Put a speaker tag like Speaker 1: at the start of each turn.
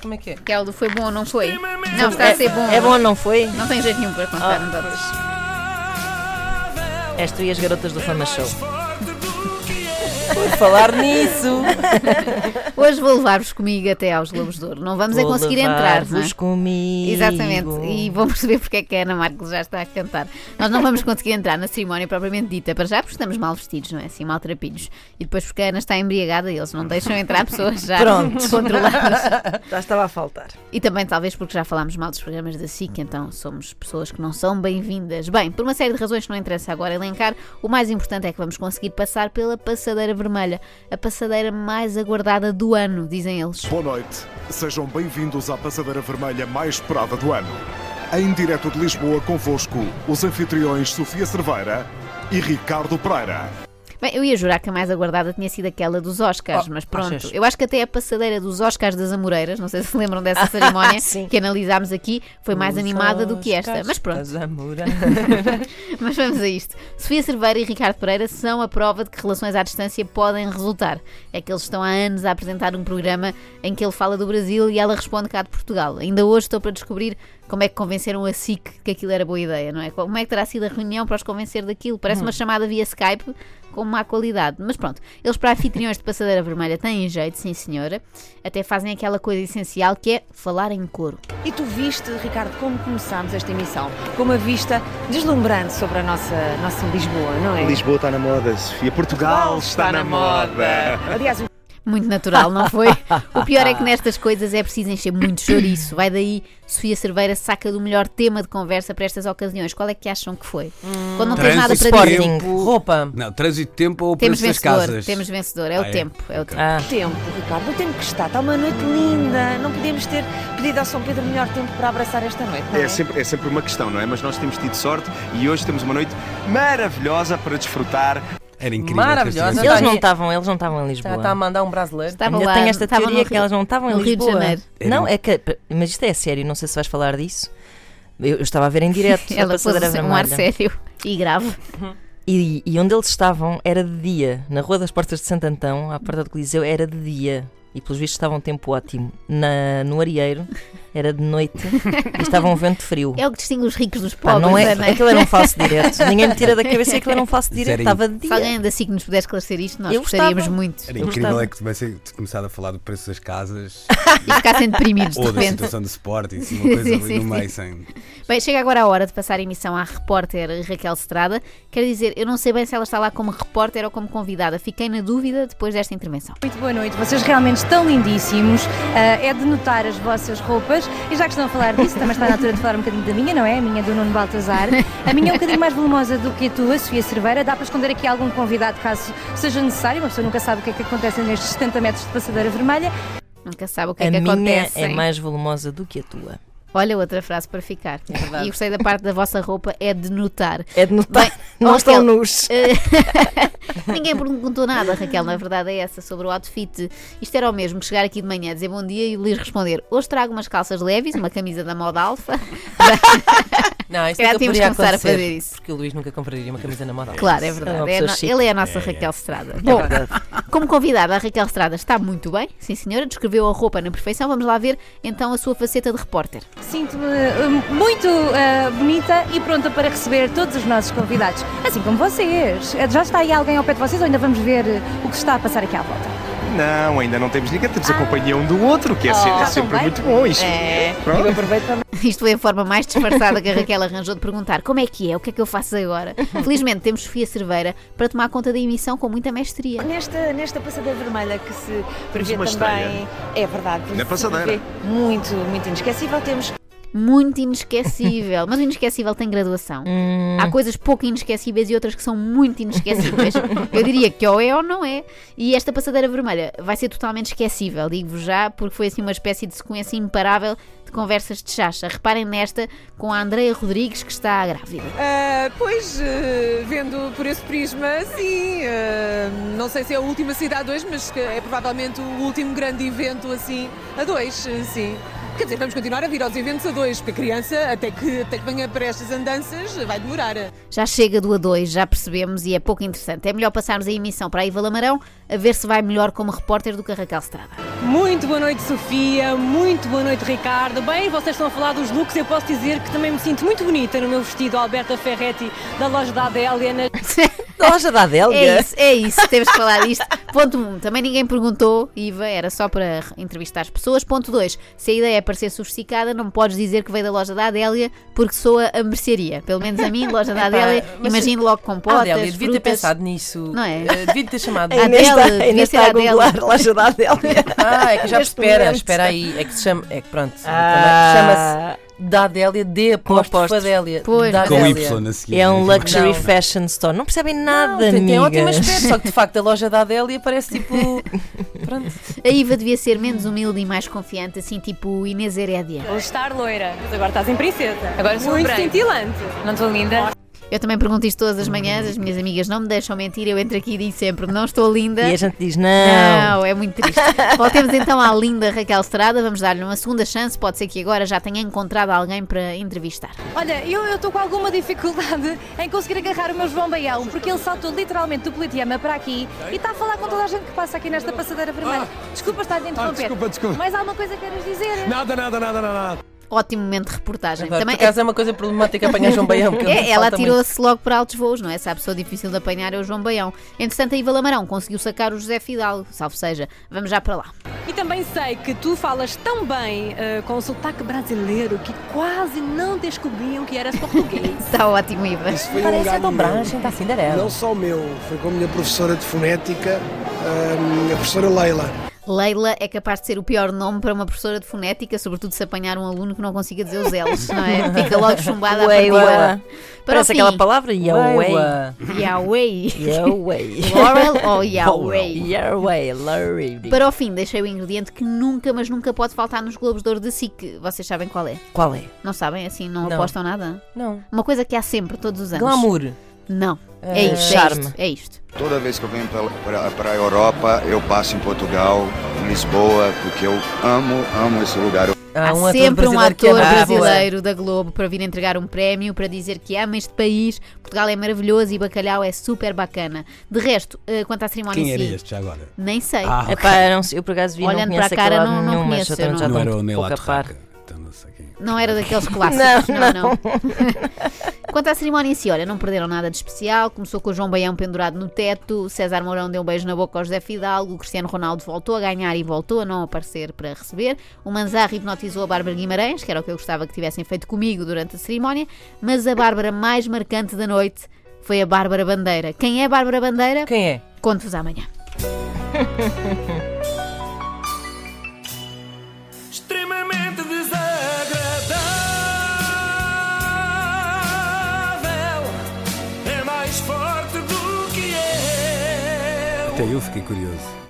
Speaker 1: Como é que é?
Speaker 2: Que é o do foi bom ou não foi? Não está a ser bom.
Speaker 3: É bom, Ah. não foi?
Speaker 2: Não tem jeito nenhum para contar então. anedotas.
Speaker 3: És tu e as garotas do Fama Show.
Speaker 1: Por falar nisso.
Speaker 2: Hoje vou levar-vos comigo até aos Globos de Ouro. Não vamos é
Speaker 3: Vou
Speaker 2: conseguir entrar, não é?
Speaker 3: levar-vos comigo.
Speaker 2: Exatamente, e vão perceber porque é que a Ana Marques já está a cantar. Nós não vamos conseguir entrar na cerimónia propriamente dita, para já porque estamos mal vestidos, não é? Assim, mal trapilhos. E depois porque a Ana está embriagada e eles não deixam entrar pessoas já
Speaker 3: Pronto.
Speaker 2: controladas.
Speaker 4: Já estava a faltar.
Speaker 2: E também talvez porque já falámos mal dos programas da SIC, então somos pessoas que não são bem-vindas. Bem, por uma série de razões que não interessa agora elencar, o mais importante é que vamos conseguir passar pela passadeira vermelha, a passadeira mais aguardada do ano, dizem eles.
Speaker 5: Boa noite, sejam bem-vindos à Passadeira Vermelha mais esperada do ano. Em direto de Lisboa convosco, os anfitriões Sofia Cerveira e Ricardo Pereira.
Speaker 2: Bem, eu ia jurar que a mais aguardada tinha sido aquela dos Oscars, mas pronto.
Speaker 3: Oh, achas?
Speaker 2: Eu acho que até a passadeira dos Oscars das Amoreiras, não sei se se lembram dessa cerimónia
Speaker 3: Sim.
Speaker 2: que analisámos aqui, foi mais animada do que esta. Mas pronto, mas vamos a isto. Sofia Cerveira e Ricardo Pereira são a prova de que relações à distância podem resultar. É que eles estão há anos a apresentar um programa em que ele fala do Brasil e ela responde cá de Portugal. Ainda hoje estou para descobrir como é que convenceram a SIC que aquilo era boa ideia, não é? Como é que terá sido a reunião para os convencer daquilo? Parece uma chamada via Skype com má qualidade. Mas pronto, eles para anfitriões de passadeira vermelha têm jeito, sim senhora. Até fazem aquela coisa essencial que é falar em coro.
Speaker 4: E tu viste, Ricardo, como começámos esta emissão? Com uma vista deslumbrante sobre a nossa, nossa Lisboa, não é?
Speaker 6: Lisboa está na moda, Sofia. Portugal está na moda.
Speaker 4: Aliás, o
Speaker 2: Muito natural, não foi? O pior é que nestas coisas é preciso encher muito chouriço. Vai daí, Sofia Cerveira saca do melhor tema de conversa para estas ocasiões. Qual é que acham que foi?
Speaker 3: Hum,
Speaker 2: Quando não tens nada
Speaker 7: trânsito,
Speaker 2: para dizer.
Speaker 3: Sporting.
Speaker 7: Roupa.
Speaker 8: Não, trânsito de tempo ou
Speaker 2: Temos
Speaker 8: preço das
Speaker 2: vencedor,
Speaker 8: casas?
Speaker 2: temos vencedor, é o
Speaker 8: Ah, é?
Speaker 2: tempo, é o tempo.
Speaker 3: Ah,
Speaker 4: tempo, Ricardo, o tempo que está, está uma noite linda. Não podíamos ter pedido ao São Pedro melhor tempo para abraçar esta noite, não é?
Speaker 6: É sempre, é sempre uma questão, não é? Mas nós temos tido sorte e hoje temos uma noite maravilhosa para desfrutar.
Speaker 8: Era incrível.
Speaker 7: Maravilhosa.
Speaker 8: ter
Speaker 7: Tá a
Speaker 8: esse trânsito.
Speaker 7: Eles
Speaker 3: eles
Speaker 7: não
Speaker 3: não estavam, eles não estavam em
Speaker 7: Já
Speaker 3: Lisboa.
Speaker 7: está a mandar um brasileiro.
Speaker 2: Estava
Speaker 3: Ainda
Speaker 2: lá,
Speaker 3: tenho esta
Speaker 2: estava
Speaker 3: teoria
Speaker 2: no
Speaker 3: que elas não estavam em
Speaker 2: no Rio de
Speaker 3: Lisboa.
Speaker 2: Janeiro.
Speaker 3: Não, é que, mas isto é sério, não sei se vais falar disso. Eu, eu estava a ver em direto a
Speaker 2: Ela pôs
Speaker 3: passadeira
Speaker 2: um ar
Speaker 3: vermelha.
Speaker 2: sério e grave.
Speaker 3: E, e onde eles estavam era de dia. Na Rua das Portas de Santo Antão, à porta do Coliseu, era de dia. E pelos vistos estava um tempo ótimo. Na, no Arieiro era de noite e estava um vento frio.
Speaker 2: É o que distingue os ricos dos
Speaker 3: Pá,
Speaker 2: pobres,
Speaker 3: não é,
Speaker 2: Ana.
Speaker 3: aquilo era um falso direto. Ninguém me tira da cabeça que aquilo era um falso direto.
Speaker 8: Zero.
Speaker 3: Estava de
Speaker 2: Se
Speaker 3: dia.
Speaker 2: alguém ainda assim que nos pudesse esclarecer isto, nós
Speaker 3: Eu
Speaker 2: gostaríamos
Speaker 3: gostava.
Speaker 2: muito.
Speaker 8: Era
Speaker 3: Eu
Speaker 8: incrível
Speaker 3: gostava.
Speaker 8: é que tivessem começado a falar do preço das casas
Speaker 2: E ficassem deprimidos de
Speaker 8: ou da
Speaker 2: repente.
Speaker 8: situação do Sporting, assim, uma coisa
Speaker 2: Sim,
Speaker 8: ali
Speaker 2: sim,
Speaker 8: no
Speaker 2: sim.
Speaker 8: meio sem.
Speaker 2: Bem, chega agora a hora de passar a emissão à repórter Raquel Estrada. Quero dizer, eu não sei bem se ela está lá como repórter ou como convidada. Fiquei na dúvida depois desta intervenção.
Speaker 9: Muito boa noite, vocês realmente estão lindíssimos. Ah, é de notar as vossas roupas. E já que estão a falar disso, também está na altura de falar um bocadinho da minha, não é? A minha é do Nuno Baltazar. A minha é um bocadinho mais volumosa do que a tua, Sofia Cerveira. Dá para esconder aqui algum convidado caso seja necessário. Uma pessoa nunca sabe o que é que acontece nestes 70 metros de passadeira vermelha.
Speaker 2: Nunca sabe o que
Speaker 3: A
Speaker 2: é que
Speaker 3: minha
Speaker 2: acontece.
Speaker 3: é
Speaker 2: hein?
Speaker 3: mais volumosa do que a tua.
Speaker 2: Olha, outra frase para ficar. e gostei da parte da vossa roupa, é de notar.
Speaker 3: É de notar.
Speaker 2: Bem,
Speaker 3: não
Speaker 2: Raquel, eh,
Speaker 3: estão nus.
Speaker 2: Ninguém perguntou nada, Raquel, na verdade é essa, sobre o outfit. Isto era o mesmo que chegar aqui de manhã, dizer bom dia e o Luís responder: Hoje trago umas calças leves, uma camisa da moda alfa.
Speaker 7: Não, isso
Speaker 2: Já
Speaker 7: nunca
Speaker 2: tínhamos
Speaker 7: poderia
Speaker 2: que é começar a
Speaker 7: acontecer.
Speaker 2: fazer isso.
Speaker 7: Porque o Luís nunca compraria uma camisa na moda.
Speaker 2: Claro, é
Speaker 3: É uma
Speaker 2: verdade. É
Speaker 3: pessoa
Speaker 2: no-
Speaker 3: chique. É
Speaker 2: Ele é a nossa Raquel Estrada. Bom, como convidada, a Raquel Estrada está muito bem, sim senhora, descreveu a roupa na perfeição. Vamos lá ver então a sua faceta de repórter.
Speaker 9: Sinto-me ah, muito ah, bonita e pronta para receber todos os nossos convidados, assim como vocês. Ah, Já está aí alguém ao pé de vocês ou ainda vamos ver ah, o que se está a passar aqui à volta?
Speaker 6: Não, ainda não temos ninguém, temos a companhia um do outro, que é, se- é
Speaker 9: já
Speaker 6: sempre
Speaker 9: estão
Speaker 6: muito bom isto. Pronto.
Speaker 2: Isto foi a forma mais disfarçada que a Raquel arranjou de perguntar como é que é, o que é que eu faço agora. Felizmente temos Sofia Cerveira para tomar conta da emissão com muita mestria.
Speaker 4: Nesta, nesta passadeira vermelha que se prevê
Speaker 6: uma
Speaker 4: também.
Speaker 6: estreia.
Speaker 4: É verdade. que
Speaker 6: Na
Speaker 4: se
Speaker 6: passadeira.
Speaker 4: prevê Muito, muito inesquecível. Temos um
Speaker 2: Muito inesquecível, mas o inesquecível tem graduação. Há coisas pouco inesquecíveis e outras que são muito inesquecíveis. Eu diria que ou é ou não é. E esta passadeira vermelha vai ser totalmente esquecível, digo-vos já, porque foi assim uma espécie de sequência imparável de conversas de chacha. Reparem nesta com a Andreia Rodrigues, que está grávida.
Speaker 10: Ah, pois, eh, vendo por esse prisma, sim. eh, não sei se é a última cidade a dois, mas que é provavelmente o último grande evento assim a dois, eh, sim. Quer dizer, vamos continuar a vir aos eventos a dois, porque a criança, até que, até que venha para estas andanças, vai demorar.
Speaker 2: Já chega do A2, já percebemos e é pouco interessante. É melhor passarmos a emissão para a Iva Lamarão a ver se vai melhor como repórter do que a Raquel Estrada.
Speaker 11: Muito boa noite, Sofia. Muito boa noite, Ricardo. Bem, vocês estão a falar dos looks. Eu posso dizer que também me sinto muito bonita no meu vestido Alberta Ferretti da loja da Adélia. Na...
Speaker 3: da loja da Adélia?
Speaker 2: É isso, é isso. Temos que falar disto. Ponto 1. Um, também ninguém perguntou, Iva, era só para entrevistar as pessoas. Ponto 2. Se a ideia é parecer sofisticada, não podes dizer que veio da loja da Adélia porque soa a mercearia. Pelo menos a mim, loja da Adélia,
Speaker 7: mas-
Speaker 2: imagino logo compotas,
Speaker 7: Adélia, devia ter
Speaker 2: frutas.
Speaker 7: pensado nisso.
Speaker 2: Não é?
Speaker 7: Eh, devia ter chamado.
Speaker 2: A Inês Adele, está- a Inês devia ser está a a Adele. googlar
Speaker 3: loja da Adélia.
Speaker 7: Ah, é que já
Speaker 3: Neste
Speaker 7: espera,
Speaker 3: momento.
Speaker 7: espera aí. É que se chama. É que pronto. também
Speaker 3: Ah.
Speaker 7: Chama-se da Adélia de apóstrofe Adélia.
Speaker 2: Pois.
Speaker 7: Da
Speaker 8: Com
Speaker 7: Adélia.
Speaker 8: Y né? na seguinte.
Speaker 3: É um luxury
Speaker 7: Não.
Speaker 3: fashion store. Não percebem
Speaker 7: Não,
Speaker 3: nada,
Speaker 7: tem, tem ótimo
Speaker 3: amigas.
Speaker 7: aspecto, só que de facto a loja da Adélia parece tipo. Pronto.
Speaker 2: A Iva devia ser menos humilde e mais confiante, assim tipo Inês Herédia.
Speaker 11: Vou estar loira, mas agora estás em princesa. Agora
Speaker 10: sou
Speaker 11: muito
Speaker 10: branca.
Speaker 11: cintilante. Não estou linda?
Speaker 2: Eu também pergunto isto todas as manhãs, as minhas amigas não me deixam mentir, eu entro aqui e digo sempre, não estou linda.
Speaker 3: E a gente diz, não.
Speaker 2: Não, é muito triste. Voltemos então à linda Raquel Estrada, vamos dar-lhe uma segunda chance, pode ser que agora já tenha encontrado alguém para entrevistar.
Speaker 9: Olha, eu eu estou com alguma dificuldade em conseguir agarrar o meu João Baião, porque ele saltou literalmente do Politeama para aqui e está a falar com toda a gente que passa aqui nesta passadeira vermelha. Desculpa estar a interromper.
Speaker 8: desculpa, desculpa.
Speaker 9: Mais alguma coisa queiras dizer?
Speaker 8: Nada, nada, nada, nada, nada.
Speaker 2: Ótimo momento de reportagem.
Speaker 7: Agora, por acaso é uma coisa problemática apanhar João Baião. porque
Speaker 2: É,
Speaker 7: ele
Speaker 2: ela
Speaker 7: salta muito.
Speaker 2: atirou-se logo para altos voos, não é? Se a pessoa difícil de apanhar é o João Baião. Entretanto, a Iva Lamarão conseguiu sacar o José Fidalgo, salvo seja. Vamos já para lá.
Speaker 11: E também sei que tu falas tão bem eh, com o sotaque brasileiro que quase não descobriam que eras português.
Speaker 2: Está ótimo, Iva.
Speaker 12: Foi
Speaker 7: Parece a
Speaker 12: ganho
Speaker 7: dobragem da
Speaker 12: meu.
Speaker 7: Cinderela.
Speaker 12: Não só meu, foi com a minha professora de fonética, hum, a professora Leila.
Speaker 2: Leila é capaz de ser o pior nome para uma professora de fonética, sobretudo se apanhar um aluno que não consiga dizer os L's, não é? Fica logo chumbada a
Speaker 3: Leila.
Speaker 2: partida. Para o
Speaker 3: Parece
Speaker 2: fim,
Speaker 3: aquela palavra Yahweh.
Speaker 7: Ué,
Speaker 2: Yahweh.
Speaker 3: Yahweh.
Speaker 2: Laurel ou Yahweh?
Speaker 3: Yahweh, Larry.
Speaker 2: Para o fim, deixei o ingrediente que nunca, mas nunca pode faltar nos Globos de Ouro de SIC. Vocês sabem qual é?
Speaker 3: Qual é?
Speaker 2: Não sabem? Assim, não,
Speaker 7: Não.
Speaker 2: apostam nada?
Speaker 7: Não.
Speaker 2: Uma coisa que há sempre, todos os anos.
Speaker 7: Glamour.
Speaker 2: Não. É
Speaker 7: Eh,
Speaker 2: isto.
Speaker 3: charme.
Speaker 2: É isto.
Speaker 13: Toda vez que eu venho para a Europa, eu passo em Portugal, em Lisboa, porque eu amo, amo esse lugar.
Speaker 2: Há
Speaker 7: um ator
Speaker 2: sempre um
Speaker 7: brasileiro que é
Speaker 2: ator
Speaker 7: brabo.
Speaker 2: brasileiro da Globo para vir entregar um prémio, para dizer que ama este país, Portugal é maravilhoso e bacalhau é super bacana. De resto, eh, quanto à cerimónia
Speaker 8: Quem
Speaker 2: em
Speaker 8: era
Speaker 2: si,
Speaker 8: este já agora?
Speaker 2: nem sei.
Speaker 8: Ah, ok.
Speaker 3: Epá, eu não sei, eu por acaso vi,
Speaker 2: Olhando
Speaker 3: não conheço
Speaker 2: para a cara,
Speaker 3: aquela
Speaker 2: não- não
Speaker 3: nenhuma,
Speaker 2: conheço,
Speaker 3: já estou-
Speaker 2: não.
Speaker 3: já
Speaker 8: Não
Speaker 3: estou
Speaker 8: era o
Speaker 3: um
Speaker 8: Neil
Speaker 3: pouco a par.
Speaker 8: Atraca. Então não sei quem.
Speaker 2: Não era daqueles clássicos. não, não. Quanto à cerimónia em si, olha, não perderam nada de especial. Começou com o João Baião pendurado no teto, César Mourão deu um beijo na boca ao José Fidalgo, o Cristiano Ronaldo voltou a ganhar e voltou a não aparecer para receber. O Manzarra hipnotizou a Bárbara Guimarães, que era o que eu gostava que tivessem feito comigo durante a cerimónia, mas a Bárbara mais marcante da noite foi a Bárbara Bandeira. Quem é Bárbara Bandeira?
Speaker 7: Quem é?
Speaker 2: Conto-vos amanhã.
Speaker 1: extremamente desagradável. É mais forte do que eu.
Speaker 8: Até eu fiquei curioso.